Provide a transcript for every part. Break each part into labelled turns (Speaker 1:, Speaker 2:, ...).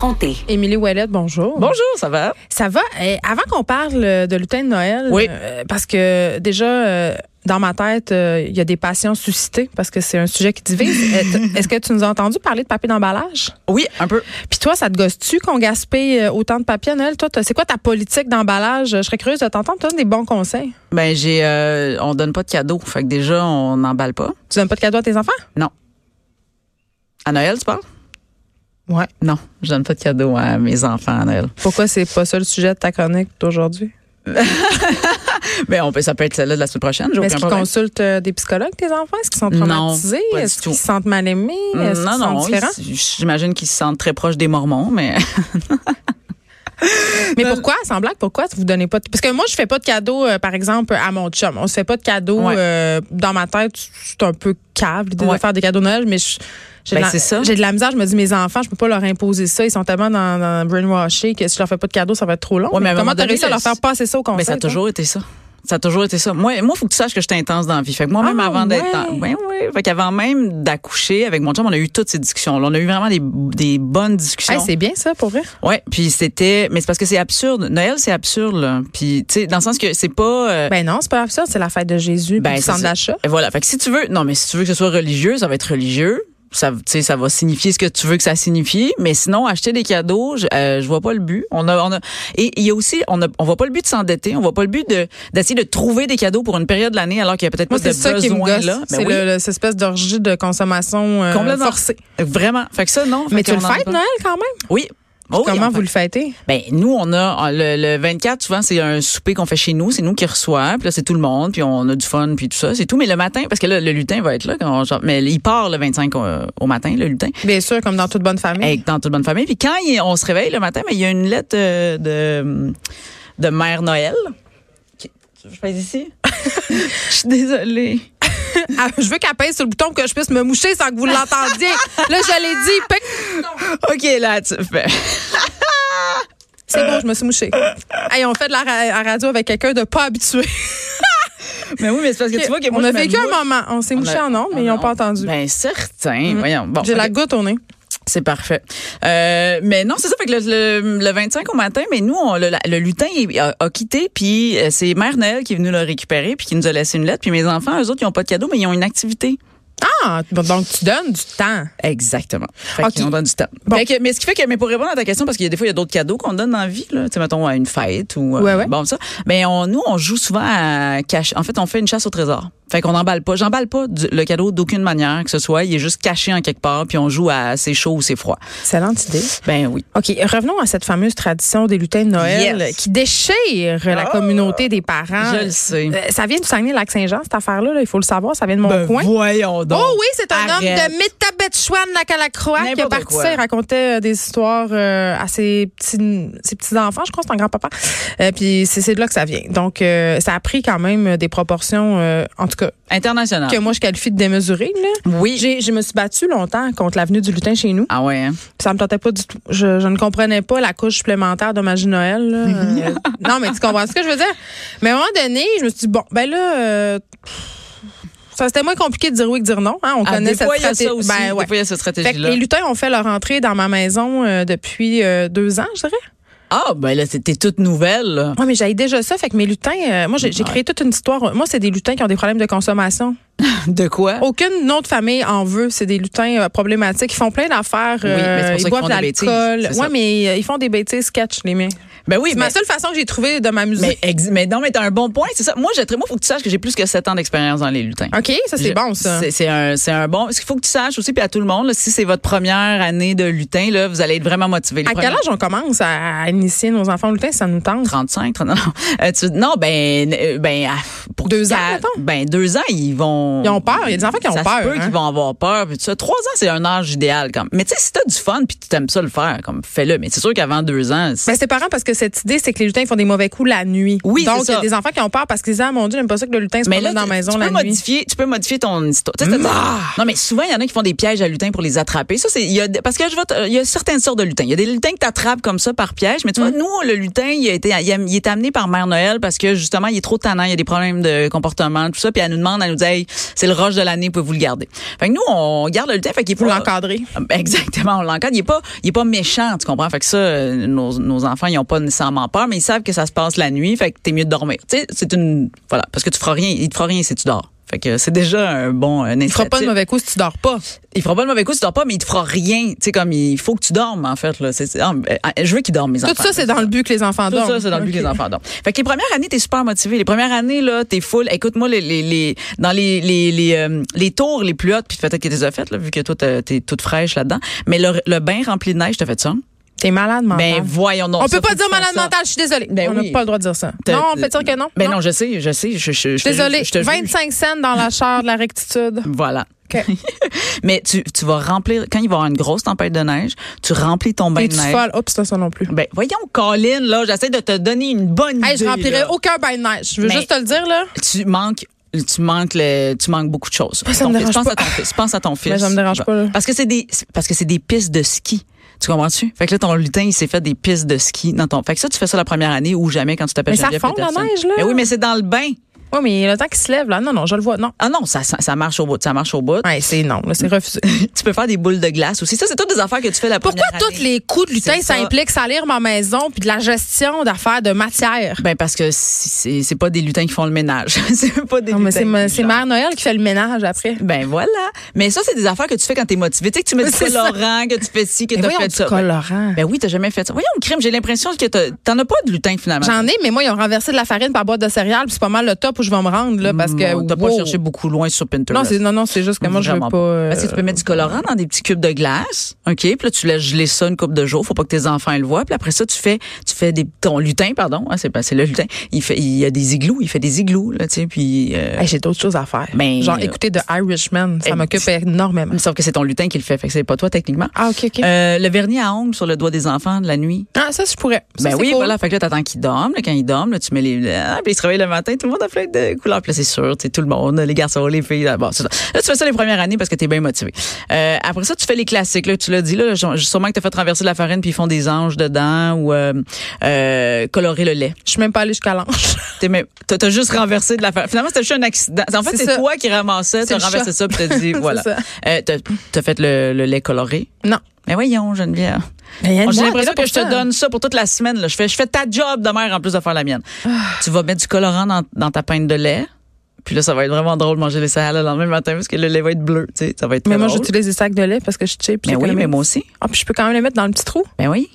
Speaker 1: Comptez.
Speaker 2: Émilie Ouellette, bonjour.
Speaker 3: Bonjour, ça va?
Speaker 2: Ça va? Eh, avant qu'on parle euh, de lutin de Noël,
Speaker 3: Oui.
Speaker 2: euh, parce que déjà, euh, dans ma tête, euh, il y a des passions suscitées parce que c'est un sujet qui divise. Eh, t- Est-ce que tu nous as entendu parler de papier d'emballage?
Speaker 3: Oui, un peu.
Speaker 2: Puis toi, ça te gosse-tu qu'on gaspille euh, autant de papier à Noël? Toi, t'as- c'est quoi ta politique d'emballage? Je serais curieuse de t'entendre. Tu donnes des bons conseils.
Speaker 3: Ben j'ai, euh, on donne pas de cadeaux, fait que déjà on n'emballe pas.
Speaker 2: Tu donnes pas de cadeaux à tes enfants?
Speaker 3: À Noël, tu parles?
Speaker 2: Ouais.
Speaker 3: Non, je donne pas de cadeaux à mes enfants à Noël.
Speaker 2: Pourquoi c'est pas ça le sujet de ta chronique d'aujourd'hui?
Speaker 3: Mais Ben, on peut, ça peut être celle-là de la semaine prochaine. j'ai
Speaker 2: Mais Est-ce
Speaker 3: aucun
Speaker 2: qu'ils
Speaker 3: problème.
Speaker 2: consultent euh, des psychologues, tes enfants? Est-ce qu'ils sont
Speaker 3: Non,
Speaker 2: traumatisés?
Speaker 3: pas du
Speaker 2: Est-ce
Speaker 3: tout.
Speaker 2: qu'ils se sentent mal aimés? Est-ce qu'ils
Speaker 3: Non,
Speaker 2: sont
Speaker 3: non,
Speaker 2: différents?
Speaker 3: ils- j'imagine qu'ils se sentent très proches des Mormons, mais
Speaker 2: Mais pourquoi, sans blague, pourquoi vous donnez pas de... Parce que moi, je fais pas de cadeaux, euh, par exemple, à mon chum. On se fait pas de cadeaux.
Speaker 3: Ouais.
Speaker 2: euh, dans ma tête, c'est un peu cave l'idée de
Speaker 3: Ouais.
Speaker 2: faire des cadeaux de Noël, mais je- J'ai
Speaker 3: Ben,
Speaker 2: de la-
Speaker 3: c'est ça.
Speaker 2: j'ai de la misère, je me dis mes enfants, je peux pas leur imposer ça, ils sont tellement dans, dans brainwashés que si je leur fais pas de cadeaux, ça va être trop long.
Speaker 3: Ouais, mais à un
Speaker 2: Comment
Speaker 3: moment
Speaker 2: t'as
Speaker 3: donné,
Speaker 2: réussi à
Speaker 3: le-
Speaker 2: leur faire passer ça au conseil?
Speaker 3: mais ça a
Speaker 2: toi?
Speaker 3: toujours été ça. Ça a toujours été ça. Moi, moi, faut que tu saches que j'étais intense dans la vie. Fait que moi, même
Speaker 2: Ah,
Speaker 3: avant
Speaker 2: ouais.
Speaker 3: d'être, dans- ben oui, fait qu'avant même d'accoucher avec mon chum, on a eu toutes ces discussions. là On a eu vraiment des, des bonnes discussions.
Speaker 2: Hey, c'est bien ça pour vrai.
Speaker 3: Ouais, puis c'était, mais c'est parce que c'est absurde. Noël, c'est absurde. Là. Puis tu sais, dans le sens que c'est pas. euh,
Speaker 2: Ben non, c'est pas absurde, c'est la fête de Jésus,
Speaker 3: Ben,
Speaker 2: ben, du
Speaker 3: c'est
Speaker 2: centre
Speaker 3: ça.
Speaker 2: d'achat.
Speaker 3: Et voilà. Fait que si tu veux, non, mais si tu veux que ce soit religieux, ça va être religieux. Ça, tu sais, ça va signifier ce que tu veux que ça signifie. Mais sinon, acheter des cadeaux, je, euh, je vois pas le but. On a, on a, et il y a aussi, on a, on voit pas le but de s'endetter. On voit pas le but de, d'essayer de trouver des cadeaux pour une période de l'année alors qu'il y a peut-être
Speaker 2: Moi,
Speaker 3: pas
Speaker 2: c'est
Speaker 3: de
Speaker 2: ça
Speaker 3: besoin
Speaker 2: qui me gosse.
Speaker 3: là. Ben
Speaker 2: c'est
Speaker 3: oui,
Speaker 2: le- le- cette espèce d'orgie de consommation euh,
Speaker 3: Complètement.
Speaker 2: forcée.
Speaker 3: Vraiment. Fait que ça, non.
Speaker 2: Mais
Speaker 3: Fait
Speaker 2: tu le
Speaker 3: qu'on en a
Speaker 2: fêtes,
Speaker 3: pas.
Speaker 2: Noël, quand même?
Speaker 3: Oui. Oh oui,
Speaker 2: Comment
Speaker 3: on
Speaker 2: vous le fêtez?
Speaker 3: Ben nous on a le, le 24 souvent c'est un souper qu'on fait chez nous, c'est nous qui reçoit, puis là c'est tout le monde, puis on a du fun puis tout ça, c'est tout mais le matin parce que là le lutin va être là quand on- genre, mais il part le 25 au, au matin le lutin.
Speaker 2: Bien sûr, comme dans toute bonne famille.
Speaker 3: Avec dans toute bonne famille puis quand il est- on se réveille le matin, mais il y a une lettre euh, de de mère Noël. Qui- Je passe ici. Je suis désolée.
Speaker 2: Ah, je veux qu'elle pèse sur le bouton pour que je puisse me moucher sans que vous l'entendiez. là, je l'ai dit. pic.
Speaker 3: OK là tu fais.
Speaker 2: C'est bon, je me suis mouchée. Hey, on fait de la ra- à radio avec quelqu'un de pas habitué.
Speaker 3: Mais oui, mais c'est parce que tu vois que moi
Speaker 2: on a
Speaker 3: je me
Speaker 2: vécu
Speaker 3: mouche.
Speaker 2: un moment. On s'est
Speaker 3: On a-
Speaker 2: mouché en ondes, mais
Speaker 3: on
Speaker 2: ils
Speaker 3: a-
Speaker 2: n'ont pas entendu. Hum.
Speaker 3: Ben certain, voyons. Bon,
Speaker 2: J'ai
Speaker 3: OK.
Speaker 2: la goutte au nez.
Speaker 3: C'est parfait. Euh, mais non, c'est ça. Fait que le, le, le 25 au matin, mais nous, on, le, le lutin il a, a quitté, puis euh, c'est Mère Noël qui est venue le récupérer, puis qui nous a laissé une lettre. Puis mes enfants, eux autres, ils ont pas de cadeau, mais ils ont une activité.
Speaker 2: Ah, bon, donc tu donnes du temps.
Speaker 3: Exactement. Fait
Speaker 2: Ok.
Speaker 3: qu'ils ont donné du temps.
Speaker 2: Bon.
Speaker 3: Fait que- mais ce qui fait que, mais pour répondre à ta question, parce qu'il y a des fois, il y a d'autres cadeaux qu'on donne dans la vie, là, tu sais, mettons à une fête ou euh,
Speaker 2: Ouais, ouais.
Speaker 3: bon ça. Mais on, nous, on joue souvent à cacher. En fait, on fait une chasse au trésor. Fait qu'on n'emballe pas. J'emballe pas du- le cadeau d'aucune manière que ce soit. Il est juste caché en quelque part, puis on joue à c'est chaud ou c'est froid.
Speaker 2: Excellente idée.
Speaker 3: Ben oui.
Speaker 2: OK, revenons à cette fameuse tradition des lutins de Noël
Speaker 3: Yes.
Speaker 2: qui déchire la
Speaker 3: Ah!
Speaker 2: communauté des parents.
Speaker 3: Je le sais.
Speaker 2: Euh, ça vient du Saguenay-Lac-Saint-Jean, cette affaire-là. là. Il faut le savoir, ça vient de mon
Speaker 3: Ben,
Speaker 2: coin.
Speaker 3: Voyons donc.
Speaker 2: Oh oui, c'est un homme
Speaker 3: Arrête.
Speaker 2: de Métabetchouan Lac-à-la-Croix qui a
Speaker 3: N'importe
Speaker 2: parti
Speaker 3: quoi.
Speaker 2: ça. Il racontait euh, des histoires euh, à ses petits, ses petits enfants, je crois, c'est un grand-papa. Euh, puis c'est c'est de là que ça vient. Donc, euh, ça a pris quand même des proportions, euh, en tout cas,
Speaker 3: International.
Speaker 2: que moi je qualifie de démesurées. là.
Speaker 3: Ah. Oui.
Speaker 2: J'ai- Je me suis battue longtemps contre l'avenue du lutin chez nous.
Speaker 3: Ah ouais. hein.
Speaker 2: Ça me tentait pas du tout. Je, je ne comprenais pas la couche supplémentaire de magie Noël. là. Euh, non, mais tu comprends ce que je veux dire? Mais à un moment donné, je me suis dit, bon, ben là, euh, ça c'était moins compliqué de dire oui que de dire non. hein. On
Speaker 3: Ah,
Speaker 2: connaît
Speaker 3: des
Speaker 2: cette
Speaker 3: fois, il y a
Speaker 2: stratégie.
Speaker 3: ça aussi.
Speaker 2: Ben, ouais.
Speaker 3: Des fois, il y a cette
Speaker 2: Fait que
Speaker 3: stratégie-là.
Speaker 2: les lutins ont fait leur entrée dans ma maison euh, depuis euh, deux ans, je dirais.
Speaker 3: Ah, ben là, c'était toute nouvelle. là.
Speaker 2: Oui, mais j'avais déjà ça. Fait que mes lutins, euh, moi, j'ai j'ai créé toute une histoire. Moi, c'est des lutins qui ont des problèmes de consommation.
Speaker 3: De quoi?
Speaker 2: Aucune nom de famille en veut. C'est des lutins euh, problématiques. Ils font plein d'affaires.
Speaker 3: Oui, mais c'est pour ça
Speaker 2: euh, ils boivent
Speaker 3: qu'ils font
Speaker 2: de
Speaker 3: des bêtises,
Speaker 2: l'alcool.
Speaker 3: c'est
Speaker 2: Oui,
Speaker 3: ça.
Speaker 2: mais euh, ils font des bêtises catch, les miens.
Speaker 3: Ben oui,
Speaker 2: C'est
Speaker 3: mais,
Speaker 2: ma seule façon que j'ai trouvé de m'amuser.
Speaker 3: mais, ex- mais non, mais t'as un bon point, c'est ça. Moi, j'ai, moi, faut que tu saches que j'ai plus que 7 ans d'expérience dans les lutins.
Speaker 2: OK, ça, Ah, c'est
Speaker 3: Je-
Speaker 2: bon, ça.
Speaker 3: C'est, c'est un, c'est un bon. Ce qu'il faut que tu saches aussi, puis à tout le monde, là, si c'est votre première année de lutin, là, vous allez être vraiment motivé.
Speaker 2: À quel âge on commence à à initier nos enfants lutins si ça nous tente?
Speaker 3: 35, 30, non, non. Euh, tu- non, ben, euh, ben, ah, pour
Speaker 2: Deux
Speaker 3: qu'ils
Speaker 2: ans,
Speaker 3: ca-
Speaker 2: mettons.
Speaker 3: Ben, deux ans, ils vont.
Speaker 2: Ils ont peur. Il y a des enfants qui ont
Speaker 3: ça
Speaker 2: peur,
Speaker 3: Se peut
Speaker 2: hein.
Speaker 3: qu'ils vont avoir peur. Puis tout ça. Trois ans, c'est un âge idéal, comme. Mais tu sais, si t'as du fun puis tu t'aimes ça le faire, comme, fais-le. Mais c'est sûr qu'avant deux ans, c'est-
Speaker 2: Ben, c'est parent parce que cette idée, c'est que les lutins ils font des mauvais coups la nuit.
Speaker 3: Oui,
Speaker 2: Donc,
Speaker 3: c'est
Speaker 2: il y a
Speaker 3: ça.
Speaker 2: des enfants qui ont peur parce qu'ils disent, ah mon Dieu, j'aime pas ça que le lutin se
Speaker 3: mais
Speaker 2: promène
Speaker 3: là,
Speaker 2: dans la
Speaker 3: tu-
Speaker 2: maison
Speaker 3: tu,
Speaker 2: la
Speaker 3: peux
Speaker 2: nuit. Ah!
Speaker 3: modifier, tu peux modifier ton histoire. Tu sais, t'as- non, mais souvent, il y en a qui font des pièges à lutins pour les attraper. Ça, c'est, il y a, des- parce que je vais te- il y a certaines sortes de lutins. Il y a des lutins que t'attrapes comme ça par piège. Mais tu
Speaker 2: Mm.
Speaker 3: vois, nous, le lutin, il a été, il, a- il est amené par Mère Noël parce que, justement, il est trop tannant. Il y a des problèmes de comportement, tout ça. Puis elle nous demande, elle nous dit, Hey, c'est le rush de l'année, vous pouvez vous le garder. Fait que nous, on garde le thé, fait qu'il
Speaker 2: Vous
Speaker 3: faut
Speaker 2: l'encadrez.
Speaker 3: Ben, Exactement, on l'encadre. Il est pas, il est pas méchant, tu comprends. Fait que ça, euh, nos, nos enfants, ils ont pas nécessairement peur, mais ils savent que ça se passe la nuit. Fait que t'es mieux de dormir. Tu sais, c'est une, voilà, parce que tu feras rien, il te fera rien si tu dors. Fait que c'est déjà un bon un
Speaker 2: Il fera pas de mauvais coup si tu dors pas.
Speaker 3: Il fera pas de mauvais coup si tu dors pas, mais il te fera rien. Tu sais, comme il faut que tu dormes en fait. Là. C'est, c'est- ah, euh, je veux qu'ils dorment mes enfants.
Speaker 2: Tout ça, c'est dans le but que les enfants
Speaker 3: Tout
Speaker 2: dorment.
Speaker 3: ça, c'est dans le but que les
Speaker 2: Ok.
Speaker 3: enfants dorment. Fait que les premières années, t'es super motivé. Les premières années, là, t'es full. Écoute-moi, les, les, les- dans les, les, les, euh, les tours les plus hautes, puis peut-être que t'es déjà faite, là, vu que toi, t'es t'es toute fraîche là-dedans. Mais le, le bain rempli de neige, t'as fait ça?
Speaker 2: T'es malade
Speaker 3: Ben,
Speaker 2: mental.
Speaker 3: voyons donc.
Speaker 2: Ah on
Speaker 3: ça,
Speaker 2: peut pas
Speaker 3: faut
Speaker 2: dire
Speaker 3: que tu
Speaker 2: malade
Speaker 3: fasses ça.
Speaker 2: mental, je suis désolée.
Speaker 3: Ben
Speaker 2: on n'a
Speaker 3: oui.
Speaker 2: pas le droit de dire ça.
Speaker 3: T'as-
Speaker 2: Non, on peut dire que non.
Speaker 3: Ben non, je sais, je sais. Je, je, je, te-
Speaker 2: Désolée,
Speaker 3: je te juge.
Speaker 2: 25 cents dans la chaire de la rectitude.
Speaker 3: Voilà.
Speaker 2: OK.
Speaker 3: Mais tu, tu vas remplir, quand il va y avoir une grosse tempête de neige, tu remplis ton bain
Speaker 2: Et
Speaker 3: de
Speaker 2: tu
Speaker 3: neige.
Speaker 2: folle. Oups, ça, ça non plus.
Speaker 3: Ben, voyons, Colin, là, j'essaie de te donner une bonne
Speaker 2: Hey,
Speaker 3: idée.
Speaker 2: je remplirai
Speaker 3: là.
Speaker 2: aucun bain de neige. Je veux
Speaker 3: Mais-
Speaker 2: juste te le dire, là.
Speaker 3: tu manques tu manques le, tu manques beaucoup de choses.
Speaker 2: ça
Speaker 3: Ton
Speaker 2: me
Speaker 3: fils,
Speaker 2: dérange
Speaker 3: pense
Speaker 2: pas.
Speaker 3: à ton fils, pense à ton fils.
Speaker 2: Mais ça me dérange pas, là.
Speaker 3: Parce que c'est des c'est- parce que c'est des pistes de ski. Tu comprends-tu? Fait que là, ton lutin, il s'est fait des pistes de ski dans ton. Fait que ça, tu fais ça la première année ou jamais quand tu t'appelles
Speaker 2: Mais ça
Speaker 3: Geneviève
Speaker 2: fond, la
Speaker 3: Peterson.
Speaker 2: neige, là.
Speaker 3: Mais oui, mais c'est dans le bain.
Speaker 2: Oui, mais le temps qu'il se lève, là. Non, non, je le vois. Non.
Speaker 3: Ah non, ça, ça, ça marche au bout. Ça marche au bout.
Speaker 2: Ouais, c'est non, là, c'est refusé.
Speaker 3: Tu peux faire des boules de glace aussi. Ça, c'est toutes des affaires que tu fais la
Speaker 2: Pourquoi
Speaker 3: première année.
Speaker 2: tous les coups de lutin,
Speaker 3: C'est
Speaker 2: ça
Speaker 3: ça.
Speaker 2: implique salir ma maison puis de la gestion d'affaires de matière?
Speaker 3: Ben parce que si- c'est c'est pas des lutins qui font le ménage. c'est pas des
Speaker 2: Non, mais
Speaker 3: lutins
Speaker 2: c'est ma-
Speaker 3: qui-
Speaker 2: c'est Mère Noël qui fait le ménage après.
Speaker 3: Ben voilà. Mais ça, c'est des affaires que tu fais quand t'es motivé. Tu sais, que tu mets du
Speaker 2: C'est ça.
Speaker 3: colorant, que tu fais ci, que
Speaker 2: Mais
Speaker 3: t'as
Speaker 2: voyons
Speaker 3: fait
Speaker 2: du
Speaker 3: ça. Ben,
Speaker 2: colorant.
Speaker 3: Ben oui, t'as jamais fait ça. Voyons, crime, j'ai l'impression que t'as- t'en as pas de lutin finalement.
Speaker 2: J'en ai, mais moi, ils ont renversé de la farine par boîte de céréales, puis c'est pas mal le top où je vais me rendre, là, parce que.
Speaker 3: Mon, Hmm, T'as pas
Speaker 2: wow.
Speaker 3: cherché beaucoup loin sur Pinterest. Euh,
Speaker 2: Non, c'est, non, non, c'est juste que moi, je veux
Speaker 3: Vraiment Ben,
Speaker 2: pas. euh,
Speaker 3: Parce que tu peux mettre du colorant dans des petits cubes de glace, ok. Puis là tu laisses geler ça une coupe de jours, faut pas que tes enfants le voient. Puis après ça tu fais, tu fais des ton lutin pardon, hein, c'est pas c'est le lutin. Il fait, il y a des igloos, il fait des igloos là, tu sais. Puis euh,
Speaker 2: hey, j'ai d'autres choses à faire.
Speaker 3: Ben,
Speaker 2: Genre,
Speaker 3: euh,
Speaker 2: écouter The Irishman, ça
Speaker 3: eh,
Speaker 2: m'occupe énormément.
Speaker 3: sauf que c'est ton lutin qui le fait, fait que c'est pas toi techniquement.
Speaker 2: Ah, OK, OK.
Speaker 3: Euh, le vernis à ongles sur le doigt des enfants la nuit.
Speaker 2: ah, ça, je pourrais. Ça,
Speaker 3: ben
Speaker 2: c'est
Speaker 3: oui,
Speaker 2: cool.
Speaker 3: voilà. Fait que là, t'attends qu'ils dorment. Là, quand ils dorment, là, tu mets les. Ah, puis ils se réveillent le matin, tout le monde a plein de couleurs. Puis là, c'est sûr, tu sais, tout le monde, les garçons, les filles. Là, bon, c'est ça. Là, tu fais ça les premières années parce que t'es bien motivé. Euh, après ça, tu fais les classiques. Là, tu l'as dit, là, genre, sûrement que t'as fait traverser de la farine puis ils font des anges dedans ou euh, euh, colorer le lait.
Speaker 2: Je suis même pas allée jusqu'à l'ange.
Speaker 3: T'es même- T'as t'as juste renversé de la farine. Finalement, c'était juste un accident. En fait,
Speaker 2: C'est
Speaker 3: c'est
Speaker 2: ça.
Speaker 3: toi qui ramassais,
Speaker 2: C'est
Speaker 3: t'as
Speaker 2: le
Speaker 3: renversé
Speaker 2: chat.
Speaker 3: ça puis t'as dit,
Speaker 2: C'est
Speaker 3: voilà.
Speaker 2: ça.
Speaker 3: Euh, t'as t'as fait le, le lait coloré.
Speaker 2: Non.
Speaker 3: Mais voyons, Geneviève. Moi, J'ai l'impression que je te donne ça pour toute la semaine. Là. Je, fais, je fais ta job de mère en plus de faire la mienne.
Speaker 2: Ah.
Speaker 3: Tu vas mettre du colorant dans, dans ta pinte de lait. Puis là, ça va être vraiment drôle de manger les salades le lendemain matin parce que le lait va être bleu. Tu sais, ça va être
Speaker 2: Mais
Speaker 3: très
Speaker 2: moi,
Speaker 3: drôle.
Speaker 2: j'utilise des sacs de lait parce que je suis cheap.
Speaker 3: Mais oui, mais moi
Speaker 2: moi.
Speaker 3: aussi.
Speaker 2: Ah, puis je peux quand même les mettre dans le petit trou.
Speaker 3: Mais oui.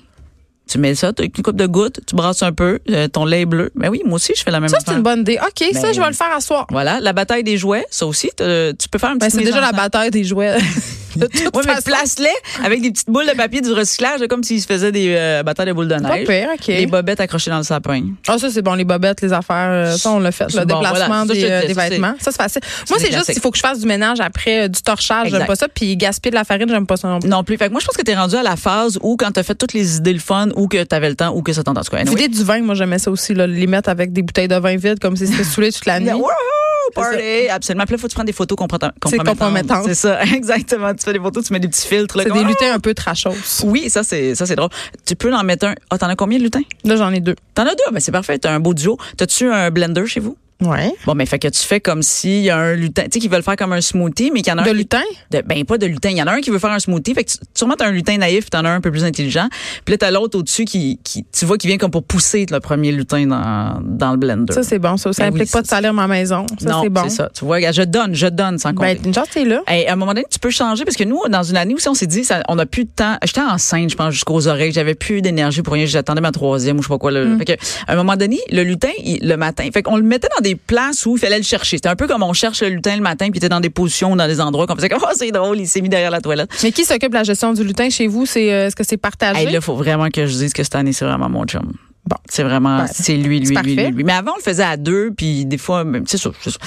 Speaker 3: Tu mets ça, t'as une coupe de gouttes, tu brasses un peu, euh, ton lait est bleu. Mais oui, moi aussi, je fais la même
Speaker 2: Ça, c'est
Speaker 3: affaire.
Speaker 2: une bonne idée. OK, ça,
Speaker 3: Ben-
Speaker 2: je vais le faire à soir.
Speaker 3: Voilà, la bataille des jouets, ça aussi, t'as- tu peux faire un
Speaker 2: Ben,
Speaker 3: petit
Speaker 2: c'est déjà la bataille des jouets. De toute
Speaker 3: Oui, mais
Speaker 2: façon.
Speaker 3: place-les avec des petites boules de papier du recyclage, là, comme s'ils se faisaient des euh, batailles de boules de
Speaker 2: Pas
Speaker 3: neige.
Speaker 2: pire, OK.
Speaker 3: Les bobettes accrochées dans le sapin.
Speaker 2: Ah, ça, c'est bon, les bobettes, les affaires, euh, ça, on l'a fait, le
Speaker 3: Bon,
Speaker 2: déplacement
Speaker 3: voilà. Ça, je
Speaker 2: des,
Speaker 3: te
Speaker 2: euh,
Speaker 3: disais,
Speaker 2: des
Speaker 3: ça, c'est-
Speaker 2: vêtements. Ça, c'est facile. Moi,
Speaker 3: des
Speaker 2: c'est juste
Speaker 3: classiques.
Speaker 2: qu'il faut que je fasse du ménage après, euh, du torchage, j'aime
Speaker 3: Exact.
Speaker 2: pas ça, puis gaspiller de la farine, j'aime pas ça non plus.
Speaker 3: Non plus. Fait que moi, je pense que t'es rendu à la phase où quand t'as fait toutes les idées le fun ou que t'avais le temps ou que ça t'entend. En tout cas, anyway.
Speaker 2: Vider du vin, moi, j'aimais ça aussi, là, les mettre avec des bouteilles de vin vide, comme si c'était saoulé toute la nuit.
Speaker 3: Yeah, wouhou,
Speaker 2: C'est
Speaker 3: Party, absolument. Puis là, faut que tu prennes des photos compromet-
Speaker 2: C'est
Speaker 3: compromettantes.
Speaker 2: compromettant.
Speaker 3: C'est ça, exactement. Tu fais des photos, tu mets des petits filtres. Là,
Speaker 2: C'est
Speaker 3: comme,
Speaker 2: des
Speaker 3: ah!
Speaker 2: lutins un peu trashos.
Speaker 3: Oui, ça c'est ça c'est drôle. Tu peux en mettre un. Ah, t'en as combien de lutins?
Speaker 2: Là, j'en ai deux.
Speaker 3: T'en as deux, ben c'est parfait. T'as un beau duo. T'as-tu un blender chez vous?
Speaker 2: Ouais.
Speaker 3: Bon, ben fait que tu fais comme s'il y a un lutin. Tu sais qu'ils veulent faire comme un smoothie, mais qu'il y en a
Speaker 2: De
Speaker 3: un. qui-
Speaker 2: lutins?
Speaker 3: de- ben pas de lutin. Il y en a un qui veut faire un smoothie. Fait que tu- sûrement t'as un lutin naïf, puis t'en as un un peu plus intelligent. Puis là t'as l'autre au-dessus qui, qui, tu vois, qui vient comme pour pousser le premier lutin dans, dans le blender.
Speaker 2: Ça, c'est bon, ça. Ça
Speaker 3: Ben oui,
Speaker 2: implique
Speaker 3: ça,
Speaker 2: pas de salir ma maison. Ça,
Speaker 3: non,
Speaker 2: c'est bon.
Speaker 3: ça. Ah. Tu vois, regarde, je donne, je donne sans compter.
Speaker 2: Ben, une chance, t'es là.
Speaker 3: Hey, à un moment donné, tu peux changer parce que nous, dans une année aussi, on s'est dit, ça, on n'a plus de temps. J'étais enceinte, je pense, jusqu'aux oreilles. J'avais plus d'énergie pour rien. J'attendais ma troisième ou je sais pas quoi.
Speaker 2: Mm.
Speaker 3: là. Fait que, à un moment donné, le lutin, il- le matin, fait qu'on le mettait dans des places où il fallait le chercher. C'était un peu comme on cherche le lutin le matin, puis il était dans des positions ou dans des endroits qu'on faisait comme, oh, c'est drôle, il s'est mis derrière la toilette.
Speaker 2: Mais qui s'occupe de la gestion du lutin chez vous? C'est, euh, est-ce que c'est partagé?
Speaker 3: Hey, là, faut vraiment que je dise que cette année, c'est vraiment mon chum. Bon, c'est vraiment,
Speaker 2: Ben,
Speaker 3: c'est lui, lui,
Speaker 2: c'est
Speaker 3: lui,
Speaker 2: parfait.
Speaker 3: lui, lui. Mais avant, on le faisait à deux, puis des fois, même- c'est sûr, c'est sûr.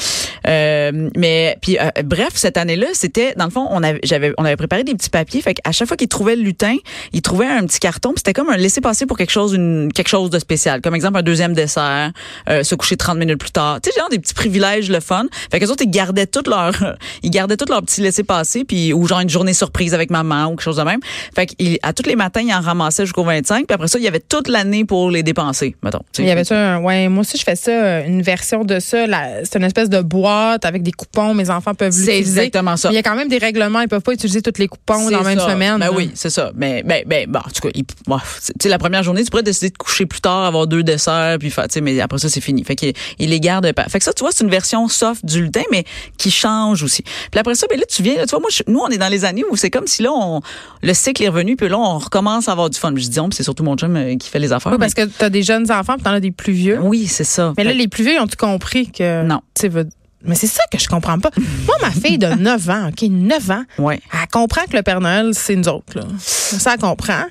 Speaker 3: Euh, mais puis, euh, bref, cette année-là, c'était dans le fond, on avait, j'avais, on avait préparé des petits papiers. Fait qu'à chaque fois qu'il trouvait le lutin, il trouvait un petit carton. puis C'était comme un laisser passer pour quelque chose, une quelque chose de spécial. Comme exemple, un deuxième dessert, euh, se coucher 30 minutes plus tard. Tu sais, genre des petits privilèges, le fun. Fait que autres, ils gardaient tout leur, ils gardaient tout leur petit laisser passer, puis ou genre une journée surprise avec maman ou quelque chose de même. Fait qu'à tous les matins, il en ramassait jusqu'au 25. Puis après ça, il y avait toute l'année pour les dépensé, mettons. tu sais.
Speaker 2: Il y avait ça, un- ouais, moi aussi je fais ça, euh, une version de ça. la- C'est une espèce de boîte avec des coupons, mes enfants peuvent
Speaker 3: C'est
Speaker 2: l'utiliser.
Speaker 3: exactement ça.
Speaker 2: Mais Il y a quand même des règlements, ils peuvent pas utiliser tous les coupons dans la
Speaker 3: C'est
Speaker 2: même
Speaker 3: ça.
Speaker 2: semaine. hein.
Speaker 3: Ben oui, c'est ça. Mais ben, ben, bon, en tout cas, il- bon, tu sais, la première journée, tu pourrais décider de coucher plus tard, avoir deux desserts, puis faire, tu sais, mais après ça, c'est fini. Fait qu'il il les garde pas. Fait que ça, tu vois, c'est une version soft du lutin, mais qui change aussi. Puis après ça, ben là, tu viens, là, tu vois, moi, je- nous, on est dans les années où c'est comme si là, on, le cycle est revenu, puis là, on recommence à avoir du fun. Je dis, on, puis c'est surtout mon chum euh, qui fait les affaires.
Speaker 2: Oui, parce que tu as des jeunes enfants, puis t'en as des plus vieux.
Speaker 3: mais- oui, c'est ça.
Speaker 2: Mais là,
Speaker 3: Fait-
Speaker 2: les plus vieux, ils ont tout compris que.
Speaker 3: Non.
Speaker 2: tu sais, veut- Mais c'est ça que je comprends pas. Moi, ma fille de 9 ans, OK, 9 ans,
Speaker 3: ouais.
Speaker 2: elle comprend que le Père Noël, c'est nous autres. Là. Ça, elle comprend.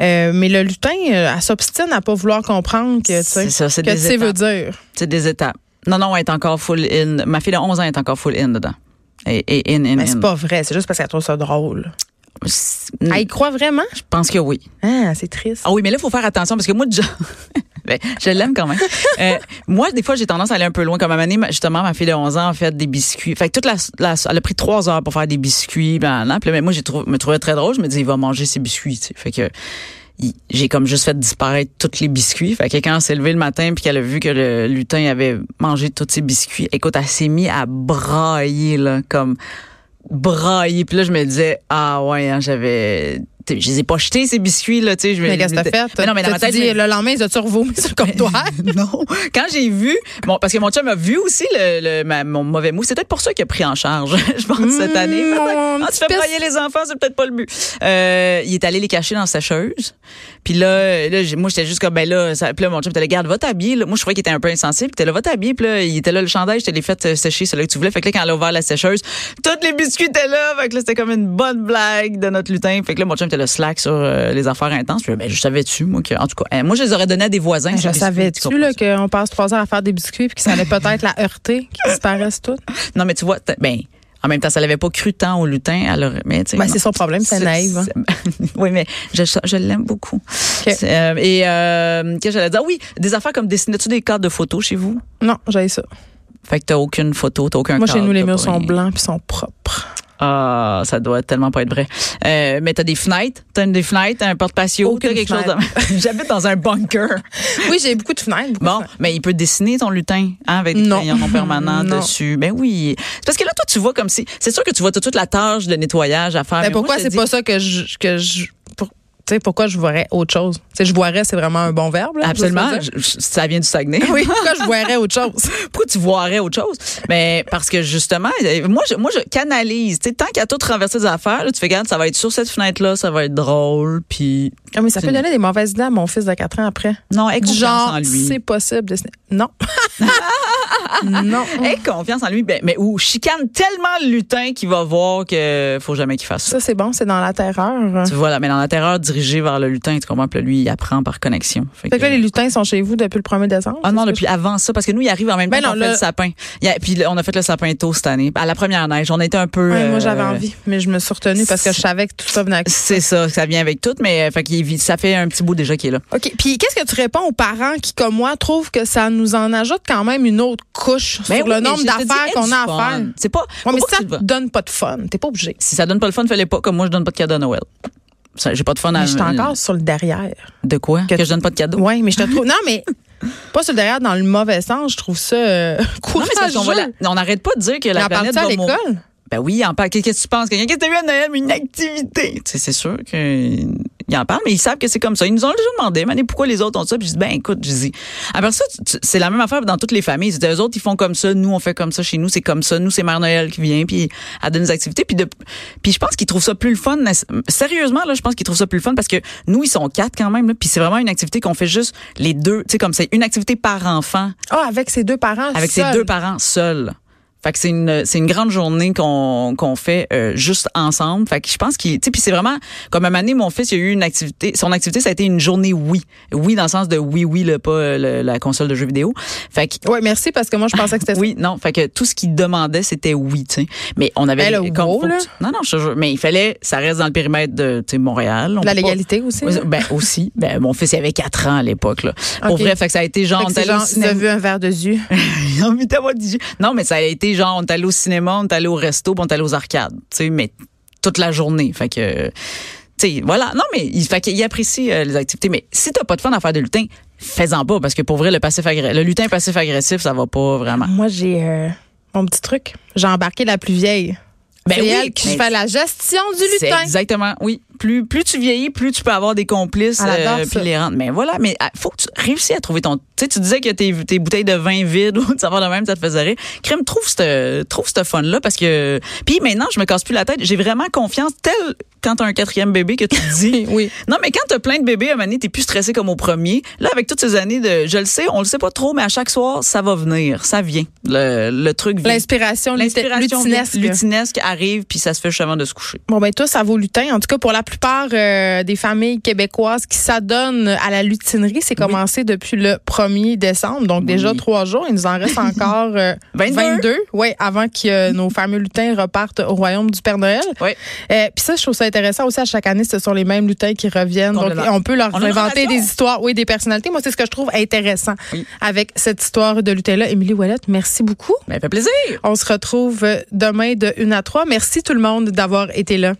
Speaker 2: Euh, mais le lutin, euh, elle s'obstine à pas vouloir comprendre que, tu sais,
Speaker 3: C'est ça, c'est
Speaker 2: que tu
Speaker 3: des
Speaker 2: sais veut
Speaker 3: étapes.
Speaker 2: dire.
Speaker 3: C'est des étapes. Non, non, elle est encore full in. Ma fille de 11 ans est encore full in dedans. Et, et in, in,
Speaker 2: Mais
Speaker 3: in.
Speaker 2: Ben, c'est pas vrai, c'est juste parce qu'elle trouve ça drôle.
Speaker 3: C'est-
Speaker 2: Elle y croit vraiment?
Speaker 3: Je pense que oui.
Speaker 2: Ah, c'est triste.
Speaker 3: Ah oui, mais là, il faut faire attention parce que moi, déjà- ben, je l'aime quand même. Euh, moi, des fois, j'ai tendance à aller un peu loin. Comme à un moment donné, ma- justement, ma fille de 11 ans a fait des biscuits. Fait que toute la, la- elle a pris trois heures pour faire des biscuits. Ben, là, puis là, mais moi, j'ai trouvé, me trouvais très drôle. Je me disais, il va manger ses biscuits. tu sais. Fait que il- j'ai comme juste fait disparaître tous les biscuits. Fait que quand elle s'est levée le matin puis qu'elle a vu que le lutin avait mangé tous ses biscuits, écoute, elle s'est mise à brailler, là, comme brailler. Puis là, je me disais, ah ouais, hein, j'avais... t'sais, Je les ai pas jetés, ces biscuits, là, tu sais. je me-
Speaker 2: Mais qu'est-ce que t'as fait?
Speaker 3: Mais non, mais dans ma
Speaker 2: T'as-tu
Speaker 3: tête,
Speaker 2: dit,
Speaker 3: je me-
Speaker 2: le lendemain, ils ont-tu revomi sur le comptoir?
Speaker 3: non. Quand j'ai vu, bon, parce que mon chum a vu aussi le, le- ma- mon mauvais mou. C'est peut-être pour ça qu'il a pris en charge, je pense, cette année.
Speaker 2: Mmh, mon
Speaker 3: Ah,
Speaker 2: petit
Speaker 3: tu fais
Speaker 2: pisse.
Speaker 3: broyer les enfants, c'est peut-être pas le but. Euh, il est allé les cacher dans la sécheuse. Puis là, là j'ai- moi, j'étais juste comme, ben là, ça, puis là, mon chum était là, garde, va t'habiller. là. Moi, je trouvais qu'il était un peu insensible. Puis t'es là, va t'habiller. Puis là, il était là, le chandail, je te l'ai fait euh, sécher, celui que tu voulais. Fait que là, quand elle a ouvert la sécheuse, tous les biscuits étaient là. Fait que là, c'était comme une bonne blague de notre lutin. Fait que là, mon chum était le slack sur euh, les affaires intenses. Puis là, ben, je savais-tu, moi, que, en tout cas, euh, moi, je les aurais donnés à des voisins.
Speaker 2: Ben,
Speaker 3: ces
Speaker 2: Je
Speaker 3: biscuits, tu
Speaker 2: savais-tu
Speaker 3: comprends
Speaker 2: là,
Speaker 3: ça?
Speaker 2: qu'on passe trois heures à faire des biscuits puis que ça allait peut-être la heurter, qu'ils disparaissent toutes?
Speaker 3: Non, mais tu vois, t'as- ben, en même temps, ça l'avait pas cru tant au lutin. Alors, mais, tu sais,
Speaker 2: Ben,
Speaker 3: non.
Speaker 2: c'est son problème, c'est naïf. hein.
Speaker 3: c'est- oui, mais je, je l'aime beaucoup. C'est, euh, et euh, qu'est-ce que j'allais dire? Ah Oui, des affaires comme dessinais-tu des cartes de photos chez vous?
Speaker 2: Non, j'ai ça.
Speaker 3: Fait que t'as aucune photo, t'as aucun
Speaker 2: Moi, chez
Speaker 3: cadre,
Speaker 2: nous, les
Speaker 3: t'as
Speaker 2: murs
Speaker 3: pas
Speaker 2: sont
Speaker 3: rien.
Speaker 2: blancs puis sont propres.
Speaker 3: Ah, ça doit tellement pas être vrai. Euh, mais t'as des fenêtres, t'as une des fenêtres, t'as un porte-patio,
Speaker 2: Aucune
Speaker 3: t'as quelque chose de... J'habite dans un bunker.
Speaker 2: Oui, j'ai beaucoup de fenêtres. beaucoup de
Speaker 3: Bon, mais il peut dessiner ton lutin hein, avec des
Speaker 2: Non.
Speaker 3: crayons non permanents
Speaker 2: Non.
Speaker 3: dessus. Ben oui. C'est parce que là, toi, tu vois comme si... C'est sûr que tu vois toute toute la tâche de nettoyage à faire.
Speaker 2: Ben,
Speaker 3: mais moi,
Speaker 2: pourquoi
Speaker 3: je te
Speaker 2: c'est
Speaker 3: dis-
Speaker 2: pas ça que je. Que je pour- tu sais, pourquoi je voirais autre chose? Tu sais, je voirais, c'est vraiment un bon verbe. là,
Speaker 3: Absolument.
Speaker 2: je veux dire.
Speaker 3: Je- je- ça vient du Saguenay.
Speaker 2: Oui, pourquoi je voirais autre chose?
Speaker 3: pourquoi tu voirais autre chose? Mais parce que justement, euh, moi, je, moi, je canalise. Tu sais, tant qu'à tout traverser des affaires, là, tu fais, regarde, ça va être sur cette fenêtre-là, ça va être drôle, puis.
Speaker 2: Ah, mais ça peut donner des mauvaises idées à mon fils de 4 ans après.
Speaker 3: Non, aie
Speaker 2: Du
Speaker 3: confiance
Speaker 2: genre,
Speaker 3: en lui.
Speaker 2: c'est possible. de se- Non. non.
Speaker 3: Aie confiance en lui. Ben, mais ou chicane tellement le lutin qu'il va voir que faut jamais qu'il fasse
Speaker 2: Ça,
Speaker 3: ça.
Speaker 2: c'est bon, c'est dans la terreur.
Speaker 3: Tu vois, là, mais dans la terreur dirigée vers le lutin, tu comprends? Puis là, lui, il apprend par connexion. Fait
Speaker 2: Fait que là,
Speaker 3: que-
Speaker 2: les lutins sont chez vous depuis le 1er décembre.
Speaker 3: Ah non,
Speaker 2: c'est ça?
Speaker 3: depuis avant ça, parce que nous, il arrive en même temps
Speaker 2: Ben non,
Speaker 3: qu'on fait
Speaker 2: là-
Speaker 3: le sapin. Il y a- puis là, on a fait le sapin tôt cette année. À la première neige, on était un peu...
Speaker 2: Ouais, moi,
Speaker 3: euh,
Speaker 2: j'avais envie, mais je me suis retenue parce que je savais que tout ça venait à
Speaker 3: C'est ça, ça vient avec tout, mais euh, fait qu'il vit- ça fait un petit bout déjà qu'il est là.
Speaker 2: OK. Puis qu'est-ce que tu réponds aux parents qui, comme moi, trouvent que ça nous en ajoute quand même une autre couche sur le nombre d'affaires qu'on a à faire? Ouais,
Speaker 3: C'est pas. faut
Speaker 2: mais
Speaker 3: pas
Speaker 2: si
Speaker 3: que tu
Speaker 2: ça
Speaker 3: le vas.
Speaker 2: te donne pas de fun, t'es pas obligé.
Speaker 3: Si ça donne pas le fun, fais-le pas. Comme moi, je donne pas de cadeau à Noël. Ça, J'ai pas de fun à.
Speaker 2: Mais je suis encore sur le derrière.
Speaker 3: De quoi?
Speaker 2: Que-
Speaker 3: Que, je donne pas de cadeau.
Speaker 2: Oui, mais je te trouve. Non, mais pas sur le derrière dans le mauvais sens. Je trouve ça euh,
Speaker 3: Non, mais
Speaker 2: courageux.
Speaker 3: ça, on va la- on n'arrête pas de dire que
Speaker 2: Mais
Speaker 3: la
Speaker 2: en
Speaker 3: planète
Speaker 2: partant à
Speaker 3: va mourir.
Speaker 2: l'école?
Speaker 3: Ben oui, en parle. Qu'est-ce que tu penses? Quelqu'un, Qu'est-ce que t'as eu à Noël? Mais Une activité. Tu sais, c'est sûr qu'ils en parlent, mais ils savent que c'est comme ça. Ils nous ont déjà demandé, mais pourquoi les autres ont ça? Puis je dis, ben écoute, je dis. Après ça, tu- tu- c'est la même affaire dans toutes les familles. Les autres, ils font comme ça. Nous, on fait comme ça chez nous. C'est comme ça. Nous, c'est Mère Noël qui vient, puis elle donne des activités. Puis, de, puis je pense qu'ils trouvent ça plus le fun. mais- Sérieusement, là, je pense qu'ils trouvent ça plus le fun parce que nous, ils sont quatre quand même. Là, puis c'est vraiment une activité qu'on fait juste les deux. Tu sais, comme c'est une activité par enfant
Speaker 2: Ah, avec ses deux parents.
Speaker 3: avec
Speaker 2: seuls.
Speaker 3: ses deux parents seuls. Fait que c'est une c'est une grande journée qu'on qu'on fait euh, juste ensemble. Fait que je pense qu'il tu sais puis c'est vraiment comme à un moment donné, mon fils il a eu une activité son activité ça a été une journée oui. Oui dans le sens de oui oui le pas euh, le- la console de jeux vidéo. Fait que
Speaker 2: Oui, merci parce que moi, je pensais que c'était
Speaker 3: oui, non, fait que tout ce qu'il demandait c'était oui, tu sais. Mais on avait
Speaker 2: Ben, le
Speaker 3: comme,
Speaker 2: wow,
Speaker 3: faut que
Speaker 2: là.
Speaker 3: tu- Non non, je te jure, mais il fallait ça reste dans le périmètre de tu sais Montréal,
Speaker 2: la
Speaker 3: on peut pas-
Speaker 2: légalité aussi.
Speaker 3: Oui, Ben aussi, ben mon fils il avait 4 ans à l'époque là. Pour
Speaker 2: Ok.
Speaker 3: vrai, fait que ça a été genre
Speaker 2: Fait que c'est
Speaker 3: on est allé au
Speaker 2: genre, il
Speaker 3: cinéma.
Speaker 2: a vu un verre de jus.
Speaker 3: J'ai envie d'avoir du jus. Non, mais ça a été genre, on est allé au cinéma, on est allé au resto, puis on est allé aux arcades. Tu sais, mais toute la journée. Fait que, tu sais, voilà. Non, mais il, fait qu'il apprécie euh, les activités. Mais si t'as pas de fun à faire de lutin, fais-en pas parce que pour vrai le passif agré- le lutin passif agressif ça va pas vraiment.
Speaker 2: Moi, j'ai euh, mon petit truc. J'ai embarqué la plus vieille.
Speaker 3: Ben
Speaker 2: c'est
Speaker 3: oui,
Speaker 2: elle qui
Speaker 3: mais
Speaker 2: fait la gestion du
Speaker 3: C'est
Speaker 2: lutin.
Speaker 3: exactement, oui. Plus, plus tu vieillis, plus tu peux avoir des complices
Speaker 2: Elle adore
Speaker 3: euh,
Speaker 2: Ah, ça.
Speaker 3: puis les rendre. Mais voilà, mais ah, faut que tu réussisses à trouver ton. Tu sais, tu disais que tes, tes bouteilles de vin vides ou de savoir de même, ça te faisait rire. Crème, trouve ce trouve ce fun là parce que. Puis maintenant, je me casse plus la tête. J'ai vraiment confiance. Tel quand t'as un quatrième bébé que tu te dis.
Speaker 2: Oui.
Speaker 3: Non, mais quand t'as plein de bébés à un moment donné, t'es plus stressé comme au premier. Là, avec toutes ces années de, je le sais, on le sait pas trop, mais à chaque soir, ça va venir, ça vient. Le, le truc vient.
Speaker 2: L'inspiration lutin-
Speaker 3: L'inspiration
Speaker 2: lutinesque.
Speaker 3: lutinesque arrive, puis ça se fait justement de se coucher.
Speaker 2: Bon, ben toi, ça vaut lutin. En tout cas, pour la plupart euh, des familles québécoises qui s'adonnent à la lutinerie, c'est commencé depuis le 1er décembre. Donc, déjà
Speaker 3: Oui.
Speaker 2: trois jours. Il nous en reste encore euh,
Speaker 3: 22.
Speaker 2: 22. Oui, avant que euh, nos fameux lutins repartent au royaume du Père Noël.
Speaker 3: Oui.
Speaker 2: Euh, Puis ça, je trouve ça intéressant aussi. À chaque année, ce sont les mêmes lutins qui reviennent. Donc,
Speaker 3: Complètement.
Speaker 2: on peut leur
Speaker 3: On a une
Speaker 2: inventer
Speaker 3: relation.
Speaker 2: des histoires, oui, des personnalités. Moi, c'est ce que je trouve intéressant
Speaker 3: Oui.
Speaker 2: avec cette histoire de lutin-là. Émilie Ouellette, merci beaucoup.
Speaker 3: Ben, fait plaisir.
Speaker 2: euh, On se retrouve demain de 1 à 3. Merci tout le monde d'avoir été là.